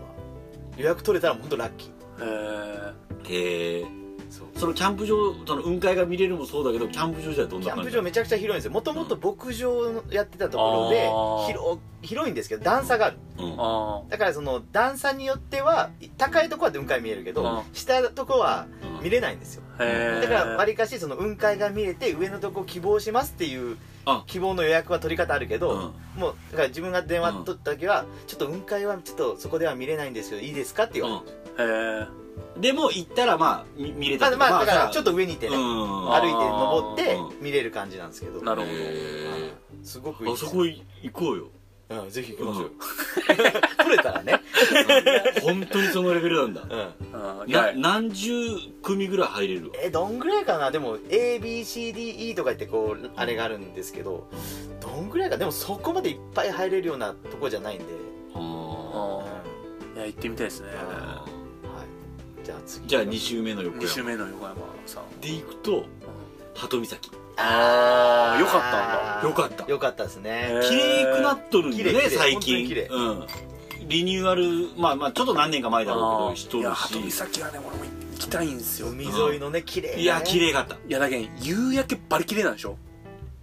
Speaker 3: 予約取れたら本当ラッキー
Speaker 1: いへ
Speaker 2: へえ
Speaker 3: そう
Speaker 2: そのキャンプ場その雲海が見れるのもそうだけどキャンプ場じゃどん
Speaker 3: キ
Speaker 2: な
Speaker 3: ャン
Speaker 2: 感
Speaker 3: プ
Speaker 2: じ
Speaker 3: 場めちゃくちゃ広いんですよもともと牧場をやってたとこ
Speaker 1: あ
Speaker 3: ろ
Speaker 1: ー
Speaker 3: で広広いんですけど段差がある
Speaker 2: うん
Speaker 1: ーあ
Speaker 3: だからその段差によっては高いとこは雲海見えるけど
Speaker 1: う
Speaker 3: 下のとこは
Speaker 2: うん
Speaker 3: 見れないんですよ
Speaker 1: ーへえ
Speaker 3: だからわりかしその雲海が見れて上のとこ希望しますっていう
Speaker 2: あ
Speaker 3: 希望の予約は取り方あるけど、もうだから自分が電話取った時は、ちょっと雲海はちょっとそこでは見れないんですけどいいですかって言
Speaker 2: う
Speaker 3: わ
Speaker 2: ん
Speaker 1: へえ
Speaker 2: でも行ったらまあみ見
Speaker 3: れ
Speaker 2: れ
Speaker 3: て、
Speaker 2: た
Speaker 3: あまあだからちょっ
Speaker 2: と
Speaker 3: と上に行ってね、
Speaker 2: うん
Speaker 3: 歩いて登って
Speaker 2: う
Speaker 3: 見れる感じなんですけど
Speaker 1: なるほど
Speaker 2: へ
Speaker 3: すごくいい
Speaker 2: ーあ
Speaker 3: です
Speaker 2: そこい行こうよ
Speaker 3: うん、ぜひ行きましょう、 取れたらね、
Speaker 2: 本当にそのレベルなんだ
Speaker 3: うん、
Speaker 1: あーい
Speaker 2: な
Speaker 1: や
Speaker 2: 何十組ぐらい入れるわ
Speaker 3: えどんぐらいかなでも ABCDE とか言ってこうあれがあるんですけどどんぐらいかでもそこまでいっぱい入れるようなとこじゃないんで、は
Speaker 1: あーいや行ってみたいですね
Speaker 2: あー
Speaker 3: い、じゃあ次
Speaker 2: じゃあ2周目の横
Speaker 1: 2
Speaker 2: 山
Speaker 1: 週目の横山さん
Speaker 2: で行くと
Speaker 1: う
Speaker 2: 鳩岬
Speaker 1: あーよかったんだ
Speaker 3: あー
Speaker 2: よかった
Speaker 3: よかったですね、
Speaker 1: へー
Speaker 2: 綺麗くなっとるんだ
Speaker 3: 綺
Speaker 2: ね
Speaker 3: 麗綺麗
Speaker 2: 最
Speaker 3: 本
Speaker 2: 近
Speaker 3: 当に綺麗
Speaker 2: うんリニューアルまあまあちょっと何年か前だろうけどしと
Speaker 1: い
Speaker 2: る
Speaker 1: や鳩
Speaker 2: し
Speaker 1: 岬はね俺も行きたいんですよ
Speaker 3: 海沿いのね綺麗、ね、
Speaker 2: いや綺麗かった
Speaker 1: いやだけど夕焼けバリ綺麗なんでしょ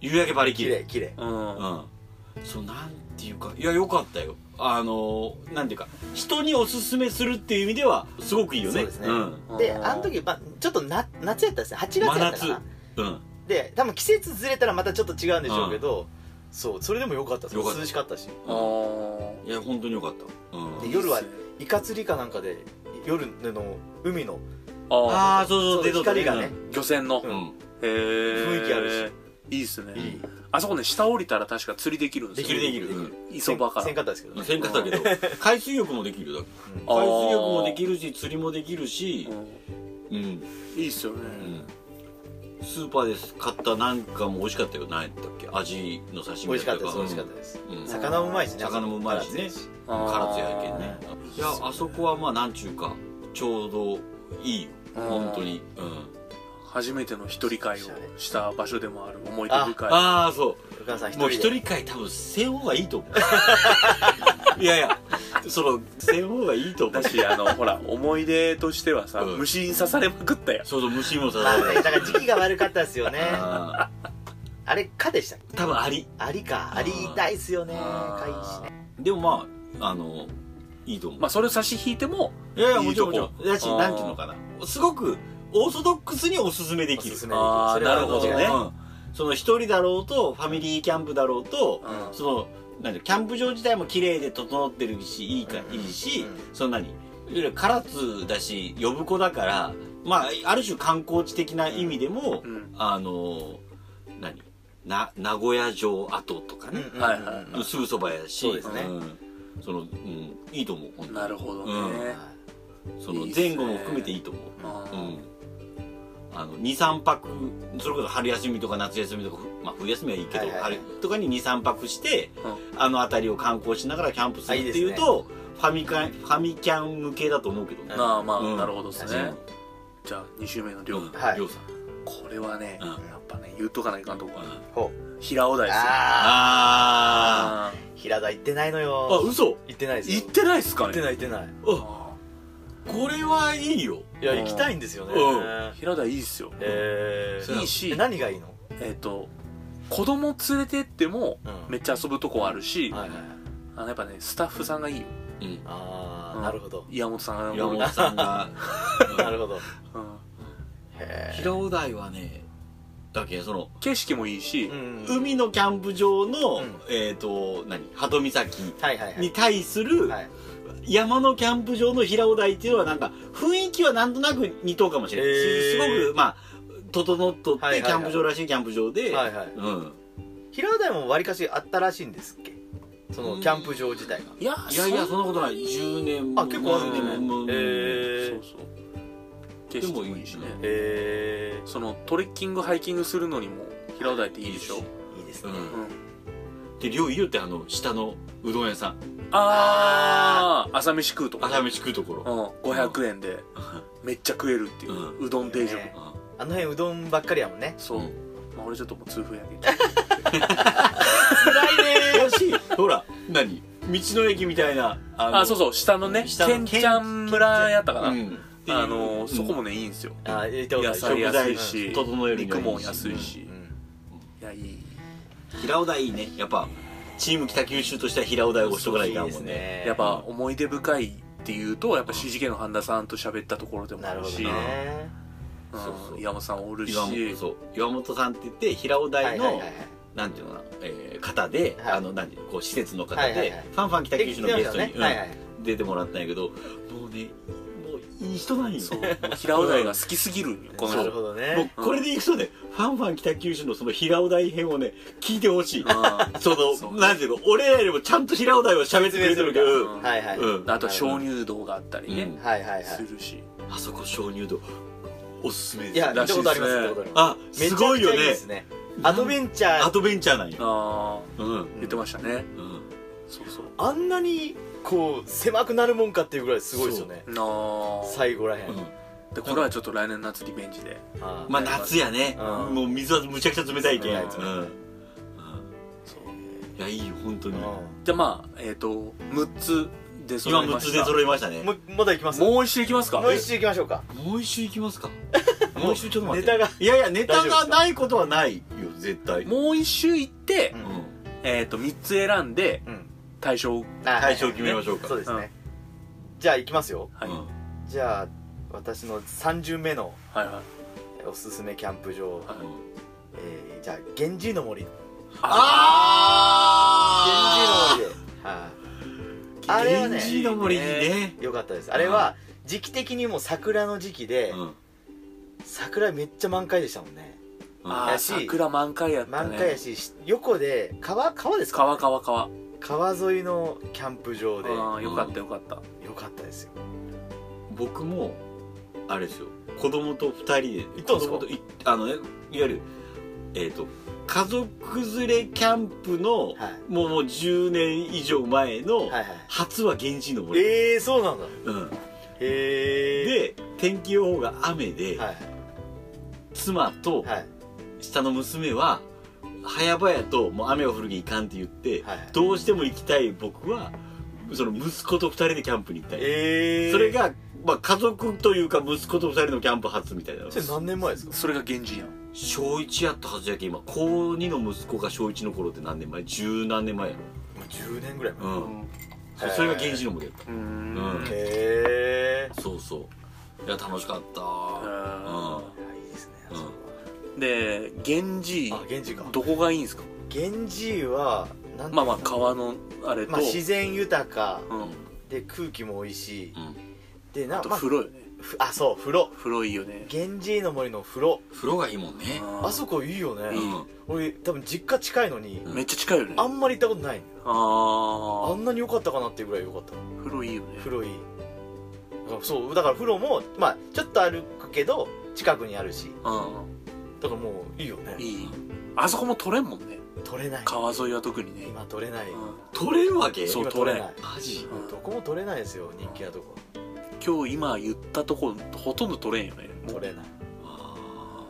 Speaker 2: 夕焼けバリ綺
Speaker 3: 綺
Speaker 2: 麗
Speaker 3: 麗綺麗
Speaker 1: うん
Speaker 2: うんそうなんていうかいやよかったよあのなんていうか人におすすめするっていう意味ではすごくいいよね
Speaker 3: そうですね
Speaker 2: ん
Speaker 3: であの時、まあ、ちょっとな夏やったですね8月や
Speaker 2: 真
Speaker 3: ったか
Speaker 2: 夏
Speaker 3: な
Speaker 2: うん
Speaker 3: で多分季節ずれたらまたちょっと違うんでしょうけど、そうそれでもよかったです
Speaker 2: よかった
Speaker 3: 涼しかったし
Speaker 1: あー
Speaker 2: いや本当によかった、うん
Speaker 3: で、夜は
Speaker 1: っすね
Speaker 3: イカ釣りかなんかで夜の海の
Speaker 1: あ
Speaker 2: ああそうそう
Speaker 3: そう
Speaker 2: 出とった
Speaker 3: 光がね
Speaker 1: ー漁船の、
Speaker 2: う
Speaker 1: へ
Speaker 2: ん
Speaker 1: え
Speaker 3: 雰囲気ある
Speaker 1: しいいっすね
Speaker 3: いい
Speaker 1: あそこね下降りたら確か釣りできるんです
Speaker 2: で
Speaker 1: よ
Speaker 2: きるできるうん
Speaker 1: 磯場から
Speaker 3: せんかったですけどね
Speaker 2: せんかっ たけど海水浴もできるよだから
Speaker 3: うん
Speaker 1: あー
Speaker 2: 海水浴もできるし釣りもできるし
Speaker 1: う
Speaker 2: うん、
Speaker 1: んいいっすよね、
Speaker 2: うんスーパーで買ったなんかも美味しかったよ何やったっけ味の刺身
Speaker 3: 美味しか
Speaker 2: だ
Speaker 3: ったです
Speaker 2: か
Speaker 3: 美味しかったです
Speaker 2: うん
Speaker 1: さ
Speaker 3: 魚もうまいしね
Speaker 2: 魚もうまいしね
Speaker 1: あー
Speaker 2: 唐津やけんねいやあそこはまあなんちゅうかちょうどいいよ
Speaker 1: うん
Speaker 2: 本当にうん
Speaker 1: 初めての一人会をした場所でもある思い出深い
Speaker 2: ああそ
Speaker 3: お母さん
Speaker 2: う
Speaker 3: 一
Speaker 2: も
Speaker 3: 人
Speaker 2: う
Speaker 3: で
Speaker 2: 一人会多分せん方がいいと思 ういやいやそのせん方がいいと思う
Speaker 1: だしあ のほら思い出としてはさ、
Speaker 2: うん
Speaker 1: 虫に刺されまくったやん
Speaker 2: そうそう虫もさ
Speaker 3: まあねだから時期が悪かったです よね
Speaker 2: あ
Speaker 3: あれかでしたっけ
Speaker 2: ー多分あり
Speaker 3: アリかアリ痛いっすよね
Speaker 1: あ
Speaker 3: かい
Speaker 1: ー
Speaker 3: しね
Speaker 2: でもまああのいいと思う、
Speaker 1: まあそれを差し引いても
Speaker 2: いやいや
Speaker 1: い
Speaker 2: も
Speaker 1: い
Speaker 2: ち
Speaker 1: と
Speaker 2: ろん
Speaker 1: こ
Speaker 2: もちろんだし
Speaker 1: あー
Speaker 2: なんていうのかなすごくオーソドックスにおすすめできる
Speaker 3: おすすめ
Speaker 1: あー
Speaker 3: それは
Speaker 1: なるほどね
Speaker 2: うんその一人だろうとファミリーキャンプだろうと、
Speaker 1: うん
Speaker 2: そのなんていうのキャンプ場自体も綺麗で整ってるしいいか、
Speaker 3: うん
Speaker 2: いいし、
Speaker 3: う
Speaker 2: そんなにいわゆる唐津だし呼子だからまあある種観光地的な意味でも、
Speaker 1: うん
Speaker 2: あの何な名古屋城跡とかね、
Speaker 3: うん
Speaker 1: はいはいはい
Speaker 3: うん
Speaker 2: すぐそばやし
Speaker 3: そうですね
Speaker 2: んそのうん、いいと思う本当に
Speaker 1: なるほどね、
Speaker 2: うんその
Speaker 1: いいっすね
Speaker 2: 前後も含めていいと思う
Speaker 1: あ
Speaker 2: う
Speaker 1: ー
Speaker 2: んあの23泊それこそ春休みとか夏休みとか、ふまあ、冬休みはいいけど、
Speaker 3: はいはいはい
Speaker 2: 春とかに23泊して、あの辺りを観光しながらキャンプする
Speaker 3: あいい
Speaker 2: っ
Speaker 3: で
Speaker 2: て
Speaker 3: す
Speaker 2: い
Speaker 3: ね
Speaker 2: うとファミカンファミキャン向けだと思うけどね
Speaker 1: まあまあ、
Speaker 2: うん
Speaker 1: なるほどです
Speaker 3: 確
Speaker 1: ね
Speaker 3: か
Speaker 1: じゃあ2周目の量、
Speaker 2: うん
Speaker 3: はい
Speaker 2: りょうさん
Speaker 1: これはね、
Speaker 2: うん
Speaker 1: やっぱね言っとかないかんとこは、
Speaker 2: うん
Speaker 3: ほ
Speaker 1: 平尾台
Speaker 3: う
Speaker 1: ですよ
Speaker 3: ああ
Speaker 2: あ
Speaker 1: あ
Speaker 3: 平田行ってないの
Speaker 2: ーあ
Speaker 3: よ
Speaker 2: 嘘
Speaker 3: 行ってないです
Speaker 1: ー
Speaker 3: よ
Speaker 1: 行ってないっすか
Speaker 3: 行って
Speaker 1: ね
Speaker 3: ない行ってない
Speaker 2: あこれはいいよ
Speaker 3: いや行きたいんですよね
Speaker 2: うん
Speaker 1: 平台いいっすよ
Speaker 3: え
Speaker 2: そう
Speaker 3: ー
Speaker 1: いいし
Speaker 3: え何がいいの
Speaker 1: えっ、と子供連れてっても
Speaker 3: うん
Speaker 1: めっちゃ遊ぶとこあるし、
Speaker 3: はいはいはい
Speaker 1: あのやっぱねスタッフさんがいいよ
Speaker 2: うん
Speaker 3: あ
Speaker 1: う
Speaker 3: あ
Speaker 1: ん
Speaker 3: なるほど
Speaker 1: 岩本さんが
Speaker 2: 岩本 さんが
Speaker 3: なるほど
Speaker 1: うん
Speaker 3: へー
Speaker 2: 平尾台はねだけどその
Speaker 1: 景色もいいし、
Speaker 3: うん
Speaker 2: 海のキャンプ場の、
Speaker 3: うん
Speaker 2: えっ、と何鳩岬
Speaker 3: はいはいは
Speaker 2: に
Speaker 3: い
Speaker 2: 対する
Speaker 3: はい
Speaker 2: 山のキャンプ場の平尾台っていうのはなんか雰囲気はなんとなく似とうかもしれない、
Speaker 3: へー
Speaker 2: すごくまあ整っとって、
Speaker 3: はいはいはい
Speaker 2: キャンプ場らしいキャンプ場で、
Speaker 3: はいはい
Speaker 2: うん、
Speaker 3: 平台もわりかしあったらしいんですっけそのキャンプ場自体が
Speaker 1: いや
Speaker 2: いやいやそ
Speaker 1: ん
Speaker 2: んなことない10年も
Speaker 3: あ結構ある
Speaker 1: ね
Speaker 2: 10年も、
Speaker 3: へ
Speaker 1: そ
Speaker 3: ー
Speaker 1: うそう景色もいいしね
Speaker 2: でも
Speaker 3: へ
Speaker 1: そのトレッキングハイキングするのにも平尾台っていいでしょ、
Speaker 3: ーいいです
Speaker 2: う
Speaker 3: ね
Speaker 2: ん
Speaker 1: うん、
Speaker 2: で量いいよってあの下のうどん屋さん
Speaker 1: ああ朝飯食うとかね、
Speaker 2: 朝飯食うところ、
Speaker 1: うん、500円でめっちゃ食えるっていう、う
Speaker 2: う
Speaker 1: どん定食、
Speaker 3: いいね
Speaker 2: うん
Speaker 3: あの辺うどんばっかりやもんね
Speaker 1: そう、
Speaker 2: うん
Speaker 1: まあ、俺ちょっともう痛風やけど
Speaker 3: 辛い ね
Speaker 2: だしほら何道の駅みたいなあ
Speaker 1: あそうそう下のね
Speaker 2: 下
Speaker 1: け
Speaker 2: の
Speaker 1: んちゃん村やったかな、
Speaker 2: うんっていう
Speaker 1: あのーそこ
Speaker 2: うん
Speaker 1: もねいいんですよ
Speaker 3: あー行ったことな
Speaker 1: 野
Speaker 3: い
Speaker 1: 菜安い
Speaker 2: 食材
Speaker 1: し
Speaker 2: 整えるにはいいし
Speaker 1: 肉も安い
Speaker 3: う
Speaker 1: し、い
Speaker 3: ん
Speaker 1: やいい
Speaker 2: 平尾台いいねやっぱチーム北九州としては平尾台を押しとかないかんもんね
Speaker 1: やっぱ思い出深いっていうとやっぱ CGK の半田さんと喋ったところでも
Speaker 3: な
Speaker 1: あ
Speaker 3: る
Speaker 1: る
Speaker 3: ほど
Speaker 1: し
Speaker 3: ね
Speaker 1: うん
Speaker 2: そうそう
Speaker 1: 岩本さんおるし
Speaker 2: 岩本そう岩本さんって言って平尾台の、
Speaker 3: はいはいはい
Speaker 2: なんていうのかな、えー方で、
Speaker 3: はい
Speaker 2: あのなんていうのこう施設の方で、
Speaker 3: はいはいはい
Speaker 2: ファンファン北九州のゲストに、
Speaker 3: で来てましたねはいはい
Speaker 2: うん出てもらったんやけどもうねもういい人なんよ
Speaker 1: そうもう平尾台が好きすぎるんよこの
Speaker 3: なる
Speaker 1: 人
Speaker 3: ほど
Speaker 2: もう
Speaker 3: ね
Speaker 2: これでいくとね、ファンファン北九州のその平尾台編をね聞いてほしい、
Speaker 1: う
Speaker 2: その
Speaker 1: そう
Speaker 2: なんていうの俺らよりもちゃんと平尾台を喋ってくれてるけ
Speaker 1: う
Speaker 2: ど
Speaker 1: ん
Speaker 3: はいはい
Speaker 2: うん
Speaker 1: んあと鍾乳洞があったりね
Speaker 2: うん
Speaker 3: はいはいはい
Speaker 1: するし
Speaker 2: あそこ鍾乳洞おすすめです
Speaker 3: いや行ったことあります
Speaker 1: らしい
Speaker 3: 行
Speaker 1: ですね
Speaker 3: ったことあります
Speaker 2: あすごいよ
Speaker 3: めちゃくちゃいい
Speaker 2: ね
Speaker 3: ですねアドベンチャ
Speaker 2: ア
Speaker 3: ー
Speaker 2: ドベンチャーなんよ、
Speaker 1: ああ
Speaker 2: うんうん、
Speaker 1: 言ってましたねそうそう
Speaker 3: あんなにこう狭くなるもんかっていうぐらいすごいですよね
Speaker 1: なあ
Speaker 3: 最後らへん
Speaker 2: うん
Speaker 1: でこれはちょっと来年夏リベンジで
Speaker 3: あー
Speaker 2: まあ夏やね、
Speaker 3: うん
Speaker 2: もう水はむちゃくちゃ冷たいけん、
Speaker 3: 冷
Speaker 2: う
Speaker 3: たい
Speaker 2: ん
Speaker 1: 冷たい
Speaker 2: うん
Speaker 1: そう
Speaker 2: いやいいよ本当
Speaker 3: う
Speaker 2: に
Speaker 3: ん
Speaker 1: じゃあまあえっ、と6つで揃
Speaker 2: 今
Speaker 1: いま
Speaker 2: 6
Speaker 1: し
Speaker 2: つ
Speaker 1: た
Speaker 2: で揃いましたね
Speaker 3: もうまだいきます
Speaker 1: もう一周いきますか
Speaker 3: もう一周いきましょうか
Speaker 2: もう一周いきますか もう一周ちょっと待
Speaker 3: ネ
Speaker 2: って
Speaker 3: タが
Speaker 2: いやいやネタ
Speaker 3: 大丈夫で
Speaker 2: が
Speaker 3: すか
Speaker 2: ないことはないよ絶対
Speaker 1: もう一周行って、
Speaker 3: うん
Speaker 2: うん
Speaker 1: えっ、と3つ選んで
Speaker 3: うん
Speaker 1: 対象
Speaker 2: 対象決めましょうか
Speaker 3: そうですねじゃあいきますよ
Speaker 1: はい、
Speaker 2: うん
Speaker 3: じゃあ私の3巡目の
Speaker 1: はいはい
Speaker 3: おすすめキャンプ場
Speaker 1: は
Speaker 3: えーじゃあ源氏の森源
Speaker 2: あ
Speaker 3: 氏
Speaker 2: ー
Speaker 3: の森ではいあれはね
Speaker 2: 源氏の森いいね
Speaker 3: よかったですあれは時期的にもう桜の時期で
Speaker 2: うん
Speaker 3: 桜めっちゃ満開でしたもんね
Speaker 1: あ
Speaker 3: や
Speaker 1: あ
Speaker 3: し
Speaker 1: 桜満開やったね
Speaker 3: 満開やし横で川川ですか
Speaker 1: 川川川
Speaker 3: 川沿いのキャンプ場で
Speaker 1: あ
Speaker 3: よ
Speaker 1: あよかったよかった、
Speaker 3: かったですよ
Speaker 2: 僕もあれですよ子供と二人で
Speaker 3: 行ったんですか
Speaker 2: 子供といあのねいわゆるえっ、と家族連れキャンプの、
Speaker 3: はい
Speaker 2: もうもう10年以上前の、
Speaker 3: はいはい
Speaker 2: 初は源氏の森、
Speaker 3: ええー、そうなんだ
Speaker 2: うん、
Speaker 3: へえ
Speaker 2: で天気予報が雨で、
Speaker 3: はい
Speaker 2: 妻と
Speaker 3: はい
Speaker 2: 下の娘は早々ともう雨が降るにいかんって言って、
Speaker 3: はいはい
Speaker 2: どうしても行きたい僕はその息子と二人でキャンプに行ったり、
Speaker 3: ええー、
Speaker 2: それが、まあ、家族というか息子と二人のキャンプ初みたいな
Speaker 3: それ何年前ですか
Speaker 1: それが源氏やん
Speaker 2: 小1やったはずやけん今高2の息子が小1の頃って何年前十何年前や
Speaker 3: もう10年ぐらい前
Speaker 2: ろ、
Speaker 1: う
Speaker 2: うん、
Speaker 1: ん
Speaker 2: そそれが原始の森やっ
Speaker 1: うー
Speaker 2: うん
Speaker 1: ん
Speaker 3: へえ
Speaker 2: たそうそういや楽しかった
Speaker 1: あ
Speaker 3: ー、いやいいですねあ
Speaker 2: うん
Speaker 3: そこ
Speaker 1: ーで源氏
Speaker 3: はあ源氏か
Speaker 1: どこがいいんですか
Speaker 3: 源氏はなんていう
Speaker 1: まあまあ
Speaker 3: の
Speaker 1: 川のあれと、
Speaker 3: まあ自然豊か
Speaker 1: うん、
Speaker 3: で空気も美味しい
Speaker 2: うん
Speaker 3: でな
Speaker 1: あと
Speaker 3: まあ
Speaker 1: 風呂よね
Speaker 3: ふあそう風呂
Speaker 1: 風呂いいよね
Speaker 3: 源氏の森の風呂
Speaker 2: 風呂がいいもんね
Speaker 1: あー
Speaker 3: あそこいいよね、
Speaker 1: いい
Speaker 3: 俺多分実家近いのに、
Speaker 1: めっちゃ近いよね
Speaker 3: あんまり行ったことないあ
Speaker 1: あ
Speaker 3: んなに良かったかなっていうぐらい良かった
Speaker 1: ー風呂いいよね
Speaker 3: 風呂いいだからそうだから風呂もまあちょっと歩くけど近くにあるし
Speaker 1: う
Speaker 3: だからもういいよね
Speaker 1: んいいあそこも取れんもんね
Speaker 3: 取れない
Speaker 1: 川沿いは特にね
Speaker 3: 今取れない、
Speaker 1: う
Speaker 2: 取れるわけ
Speaker 1: そう
Speaker 3: 今取れない
Speaker 1: 取
Speaker 2: マジ
Speaker 1: んうん
Speaker 3: どこも取れないですよ人気なとこ
Speaker 1: 今日今言ったとこほとんど取れんよね
Speaker 3: 取れない
Speaker 2: あ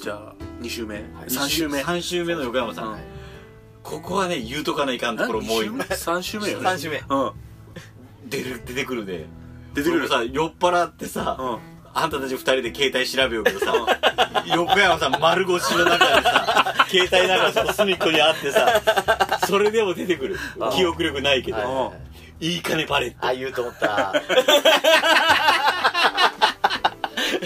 Speaker 1: じゃあ2周目、
Speaker 3: はい
Speaker 2: ー
Speaker 1: 3周目
Speaker 2: 三週目の横山さん、
Speaker 1: うん
Speaker 2: ここはね言うとかないかんところもう
Speaker 1: 3周目よね
Speaker 3: 3種目
Speaker 1: うん
Speaker 2: 出る出てくるね
Speaker 1: 出てくる
Speaker 2: 俺さ酔っ払ってさ、
Speaker 1: うん
Speaker 2: あんたたち二人で携帯調べようけどさ、 横山さん丸腰の中で さ、携帯ながらその隅っこにあってさ、それでも出てくる
Speaker 3: あ。
Speaker 2: 記憶力ないけど、
Speaker 3: はいはいはい
Speaker 2: い、い金パレッ
Speaker 3: ああ言うと思った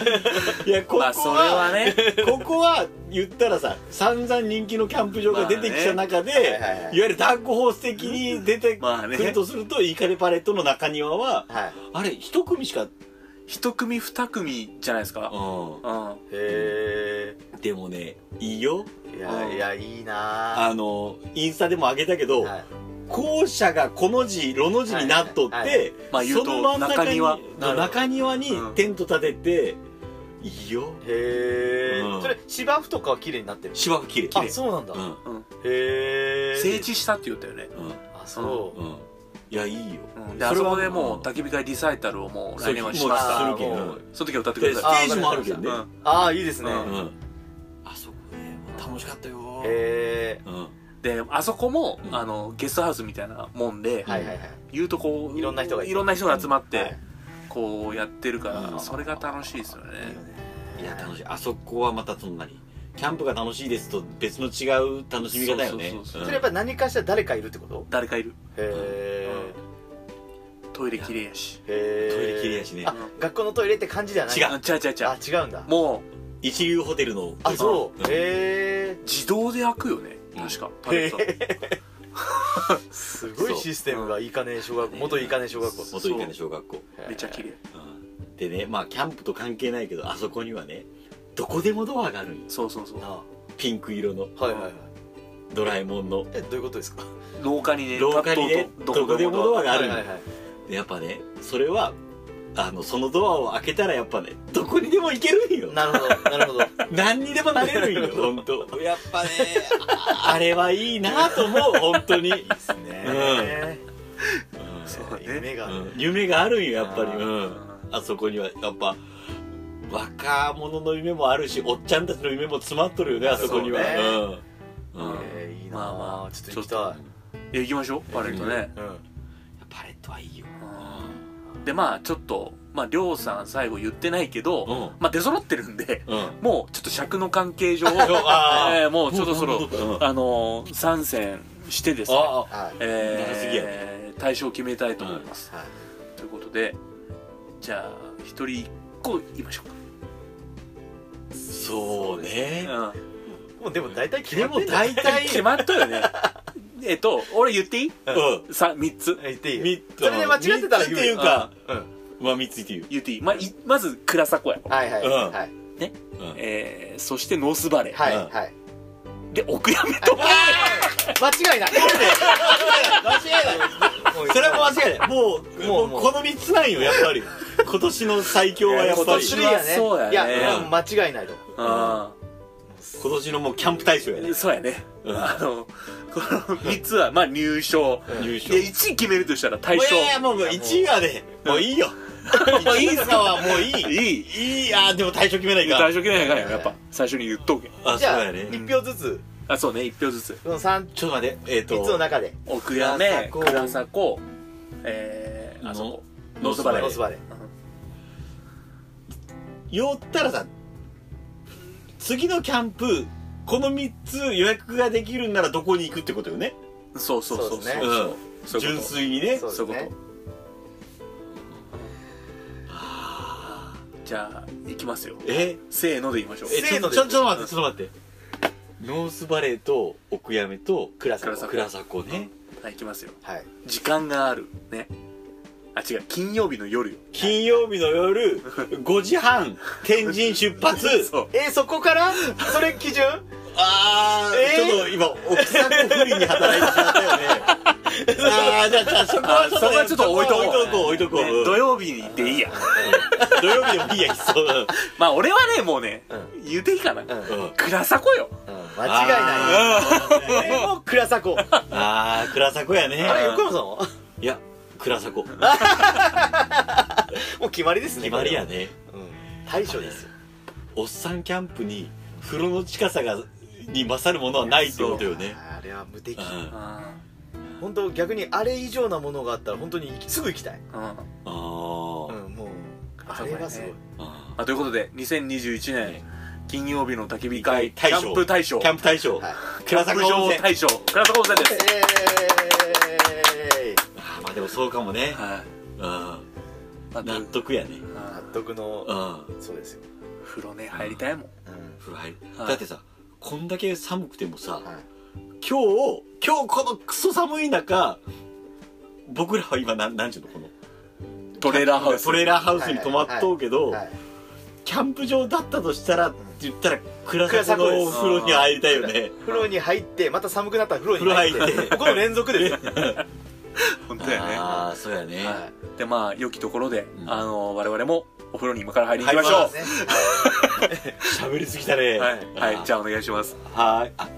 Speaker 2: ト。いや、ここ
Speaker 1: まあそれは
Speaker 2: は、
Speaker 1: ね
Speaker 2: ここは言ったらさ、散々人気のキャンプ場が出てきた中で、
Speaker 3: ねはいはい
Speaker 2: い
Speaker 3: は
Speaker 2: わ
Speaker 3: い
Speaker 2: ゆるダークホース的に出て
Speaker 1: まあね
Speaker 2: くるとすると、いい金パレットの中庭は、
Speaker 3: はい
Speaker 2: あれ、一組しか、
Speaker 1: 1組2組じゃないですかうん
Speaker 3: へ
Speaker 2: でもね、いいよ。
Speaker 3: えいやいやいいな
Speaker 2: あの、インスタでも上げたけど、
Speaker 3: はい
Speaker 2: 校舎がこの字ロの字になっとって、
Speaker 3: はいはいはい
Speaker 1: まあ言うと
Speaker 2: その真ん中に
Speaker 1: 中庭
Speaker 2: の中庭に
Speaker 1: うん
Speaker 2: テント立てて、いいよ
Speaker 3: へえ、
Speaker 2: うん
Speaker 3: それ芝生とかは綺麗になってる
Speaker 2: 芝生綺麗
Speaker 3: あそうなんだ、
Speaker 2: うん
Speaker 3: へえ
Speaker 1: 整地したって言ったよね
Speaker 2: う
Speaker 3: あそう、
Speaker 2: んうんいやいいよ、
Speaker 1: うんであそこでもう焚き火会リサイタルをもう来年はしまし
Speaker 3: す
Speaker 1: た
Speaker 3: る
Speaker 2: もうす
Speaker 3: あーも
Speaker 1: その
Speaker 2: るけど
Speaker 1: 時は歌ってく
Speaker 2: で
Speaker 1: だ
Speaker 2: ステ
Speaker 1: さい
Speaker 3: あ
Speaker 2: ージもあるけどね
Speaker 1: う
Speaker 2: うん
Speaker 1: ん
Speaker 3: ああいいですね、
Speaker 1: うん
Speaker 2: あそこね楽しかったよ
Speaker 3: へえ
Speaker 2: うん
Speaker 1: であそこも
Speaker 2: うん
Speaker 1: あのゲストハウスみたいなもんで
Speaker 3: はいはいはい
Speaker 1: 言うとこう
Speaker 3: いろんな人がいて
Speaker 1: いろんな人が集まっ
Speaker 3: は
Speaker 1: て
Speaker 3: い
Speaker 1: こうやってるか
Speaker 2: う
Speaker 1: ら
Speaker 2: ん
Speaker 1: それが楽しいですよ
Speaker 3: いいよね
Speaker 1: ね
Speaker 2: いや楽しいあそこはまたそんなにキャンプが楽しいですと別の違う楽しみ方よね
Speaker 1: そうそうそう
Speaker 3: そ
Speaker 2: ん
Speaker 3: れやっぱ何かしら誰かいるってこと
Speaker 1: 誰かいる
Speaker 3: へ
Speaker 1: トイレ綺麗やし
Speaker 3: えへえ
Speaker 2: トイレ綺麗やしね
Speaker 3: あ学校のトイレって感じじゃない
Speaker 2: 違う
Speaker 1: うん違う違う違
Speaker 3: あ
Speaker 1: う
Speaker 3: 違うんだ
Speaker 1: も
Speaker 2: 一流ホテルの
Speaker 3: あそう
Speaker 2: うん
Speaker 3: へえ
Speaker 1: う自動で開くよね確かパレット
Speaker 3: すごいシステムがいいかね小学校元いいかね小学校
Speaker 1: そう
Speaker 2: 元いかね小学校
Speaker 1: めっちゃ綺麗
Speaker 2: うんでねまあキャンプと関係ないけどあそこにはねどこでもドアがあるんよ
Speaker 1: そうそうそう
Speaker 3: あ
Speaker 2: ピンク色の
Speaker 3: はいはいはい
Speaker 2: ドラえもんの
Speaker 3: えどういうことですか
Speaker 1: 廊下にね
Speaker 2: 廊下にね
Speaker 1: 立っとうと
Speaker 2: どこでもドアがあるんよ
Speaker 3: はいはいはい
Speaker 2: でやっぱねそれはあのそのドアを開けたらやっぱねどこにでも行けるんよ
Speaker 3: なるほどなるほど
Speaker 2: 何にでもなれるんよ本当やっぱね ああれはいいなと思う本当に、うん
Speaker 3: ですね
Speaker 2: そうう
Speaker 1: だね
Speaker 3: 夢が
Speaker 2: ん夢があるんよやっぱり
Speaker 3: あー
Speaker 2: うん
Speaker 1: うん
Speaker 2: あそこにはやっぱ若者の夢もあるしおっちゃんたちの夢も詰まっとるよねあそこには
Speaker 3: そうね
Speaker 2: うんうん
Speaker 3: えーいいな
Speaker 1: まあ
Speaker 3: あ、
Speaker 1: まあ
Speaker 3: ちょっと行きた
Speaker 1: え行きましょうパレットね、
Speaker 3: い、うん、
Speaker 2: パレットはいいよ
Speaker 1: でまあちょっとまありょうさん最後言ってないけど、
Speaker 2: うん
Speaker 1: まあ出揃ってるんで
Speaker 2: うん
Speaker 1: もうちょっと尺の関係上、
Speaker 2: あー
Speaker 1: えーもうそろそろ
Speaker 2: もうそろそろう、ん
Speaker 1: あのー参戦してですね、
Speaker 2: ああ
Speaker 3: はい
Speaker 1: えー
Speaker 2: 長すぎや
Speaker 1: 対象を決めたいと思います。
Speaker 3: はい
Speaker 1: ということで、じゃあ、一人一個言いましょう
Speaker 2: そうね
Speaker 1: か。
Speaker 3: もうでも大体決
Speaker 2: で
Speaker 3: まって
Speaker 2: も
Speaker 3: んだよ
Speaker 2: 大
Speaker 1: うん、
Speaker 2: 体
Speaker 1: 決まったよね。 えっと、俺言っていい
Speaker 2: うん
Speaker 1: さ、三つ。
Speaker 3: 言っていいよ
Speaker 2: み
Speaker 3: それで間違ってたら言う
Speaker 2: 三つってい
Speaker 3: よ
Speaker 2: うか
Speaker 3: うん
Speaker 2: まあ三つっていう
Speaker 1: 言っていいま、いまず、倉迫や。
Speaker 3: はいはい
Speaker 2: うん
Speaker 3: はい
Speaker 2: うん
Speaker 1: えー、そしてノースバレー。
Speaker 3: はい
Speaker 2: うん
Speaker 3: はい
Speaker 1: で、奥山と。
Speaker 3: 間違いない間違いない
Speaker 2: それはもう間違いないもう
Speaker 3: も
Speaker 2: も
Speaker 3: う
Speaker 2: うこの三つなんよやっぱり今年の最強はや
Speaker 1: いや
Speaker 2: っぱ
Speaker 1: 今
Speaker 2: り
Speaker 1: 年
Speaker 2: 今
Speaker 1: はそうや
Speaker 3: い
Speaker 1: ね
Speaker 3: やもう間違いないと
Speaker 1: あ
Speaker 2: 年のもうキャンプ大賞やね
Speaker 1: あ、そうやね。
Speaker 2: うん
Speaker 1: あの、この三つは、まあ、入賞。
Speaker 2: 入賞
Speaker 1: で、1位決めるとしたら対
Speaker 2: もう
Speaker 1: 象。
Speaker 2: いやいやもうもう1位はねもうい いよ
Speaker 1: もういい
Speaker 2: 1位
Speaker 1: っ
Speaker 2: と
Speaker 1: す
Speaker 2: か
Speaker 1: か
Speaker 2: はもうい
Speaker 1: いい
Speaker 2: いいいあーでも大賞決めないか
Speaker 1: 大丈夫ないからやっぱ最初に言っとけ
Speaker 2: あ
Speaker 3: じ
Speaker 2: そう
Speaker 3: ゃあ
Speaker 2: やね
Speaker 3: 一票ずつ
Speaker 1: あそうね1票ずつ
Speaker 3: この三
Speaker 2: ちょっと待ってえっ
Speaker 3: 三つの
Speaker 2: と
Speaker 3: 中で
Speaker 1: 奥やめ
Speaker 3: 倉迫
Speaker 1: 倉迫えーあそこノ
Speaker 2: ノ
Speaker 1: ー
Speaker 2: ー
Speaker 1: ス
Speaker 2: ス
Speaker 1: バ
Speaker 2: バ
Speaker 1: レー
Speaker 2: レー
Speaker 3: ロスバレー
Speaker 2: よったらさ次のキャンプこの3つ予約ができるんならどこに行くってことよね
Speaker 1: そうそうそ
Speaker 3: そ
Speaker 1: うそう
Speaker 3: うですね
Speaker 2: うん
Speaker 1: そういう
Speaker 2: 純
Speaker 1: こと
Speaker 2: 粋にね
Speaker 3: そうです
Speaker 1: そういう
Speaker 3: ね
Speaker 1: こじゃあ行きますよ
Speaker 2: え
Speaker 1: せーので言いましょう
Speaker 2: え
Speaker 3: せ
Speaker 2: ち
Speaker 3: ー
Speaker 2: ょ
Speaker 3: の
Speaker 2: っと
Speaker 3: で
Speaker 2: ちょっと待ってちょっと待ってノースバレーと奥やめと
Speaker 3: 倉さん
Speaker 1: 倉迫
Speaker 2: 倉迫ね
Speaker 1: はい行きますよ
Speaker 3: はい
Speaker 1: 時間があるねあ違う金曜日の夜よ
Speaker 2: 金曜日の夜5時半天神出発
Speaker 1: そう
Speaker 3: えーそこからそれ基準
Speaker 2: あー、
Speaker 3: えー
Speaker 2: ちょっと今奥さんと不利に働いてしまったよね あーじゃあじゃあそこ
Speaker 1: あ
Speaker 2: は
Speaker 1: そこはちょっと置いとこう
Speaker 2: 置いとこう置いとこう、
Speaker 1: ね土曜日に行っていいや
Speaker 2: うん土曜日でもいいやそう、うん
Speaker 1: まあ俺はねもうね
Speaker 3: う
Speaker 1: 言っていいかな
Speaker 3: うんうん
Speaker 2: うん
Speaker 1: 倉迫よ
Speaker 3: 間違いないこれも倉迫あ
Speaker 2: あー倉迫やね
Speaker 3: れ横山さんはい
Speaker 2: や倉迫決
Speaker 3: もう決まりですね
Speaker 2: まりやね
Speaker 3: うん大将ですよ
Speaker 2: おっさんキャンプに風呂の近さがに勝るものはないってことよね
Speaker 3: あれは無敵
Speaker 2: うんあ
Speaker 3: 本当逆にあれ以上なものがあったら本当に行きすぐ行きたい
Speaker 1: うんうん
Speaker 3: う
Speaker 2: ー
Speaker 3: んもう
Speaker 1: あ
Speaker 3: あれはすごい
Speaker 1: そう
Speaker 2: あ
Speaker 1: まあ、ということで2021年金曜日の焚き火会キ
Speaker 2: 大賞
Speaker 1: ャンプ大賞
Speaker 2: ーキャンプ大賞
Speaker 3: はい
Speaker 2: 倉迫温
Speaker 1: キャンプ場
Speaker 2: 泉
Speaker 1: 大賞倉迫温泉です、
Speaker 3: えー
Speaker 2: あーまあでもそうかもね
Speaker 1: はい
Speaker 2: うん
Speaker 1: まあ
Speaker 2: 納得やね
Speaker 3: 納
Speaker 1: あ
Speaker 3: 得
Speaker 2: う
Speaker 3: の
Speaker 2: ん
Speaker 3: そうですよ
Speaker 1: 風呂ね入りたいもん
Speaker 3: うん
Speaker 2: 風呂入る
Speaker 1: はい
Speaker 2: だってさこんだけ寒くてもさ
Speaker 3: はい
Speaker 2: 今日今日このクソ寒い中僕らは今なんなんちゅうのこの
Speaker 1: トレーラーハウス
Speaker 2: トレーラーハウスに泊まっとうけど
Speaker 3: はい
Speaker 2: キャンプ場だったとしたらって言ったら倉
Speaker 3: 倉
Speaker 2: 迫
Speaker 3: 迫
Speaker 2: の
Speaker 3: です
Speaker 2: お風呂に入りたいよね
Speaker 3: 風呂に入ってまた寒くなったら風呂に入って
Speaker 2: 風呂入って
Speaker 3: この連続です よ
Speaker 1: 本当や
Speaker 2: ああそうやね、
Speaker 3: は
Speaker 1: ねでまあ良きところで、
Speaker 2: うん
Speaker 1: あの我々もお風呂に今から入りに行きましょう
Speaker 2: 入
Speaker 3: いそうですね
Speaker 2: 喋りすぎたね
Speaker 1: はい、はい、じゃあお願いします
Speaker 2: あはいあ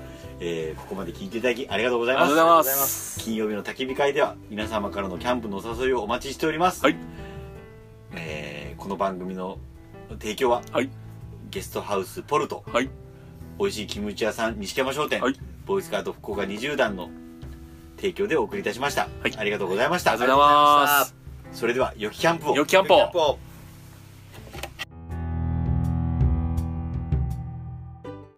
Speaker 2: えーここまで聞いていただきありがとうござい
Speaker 1: あ
Speaker 2: ま
Speaker 1: り
Speaker 2: す
Speaker 1: がとうご
Speaker 3: ありがとうござ
Speaker 1: ざい
Speaker 3: い
Speaker 1: ま
Speaker 3: ます
Speaker 2: 金曜日の焚き火会では皆様からのキャンプのお誘いをお待ちしております、
Speaker 1: はい
Speaker 2: えーこの番組の提供は
Speaker 1: はい
Speaker 2: ゲストハウスポルト
Speaker 1: はい
Speaker 2: 美味しいキムチ屋さん西山商店、
Speaker 1: はい
Speaker 2: ボーイスカート福岡20段の提供でお送りいたしました、
Speaker 1: はい
Speaker 2: ありがとうございました
Speaker 1: ありがとうございます
Speaker 2: それでは良きキャンプを
Speaker 1: 良きキャンプを
Speaker 3: キャンプを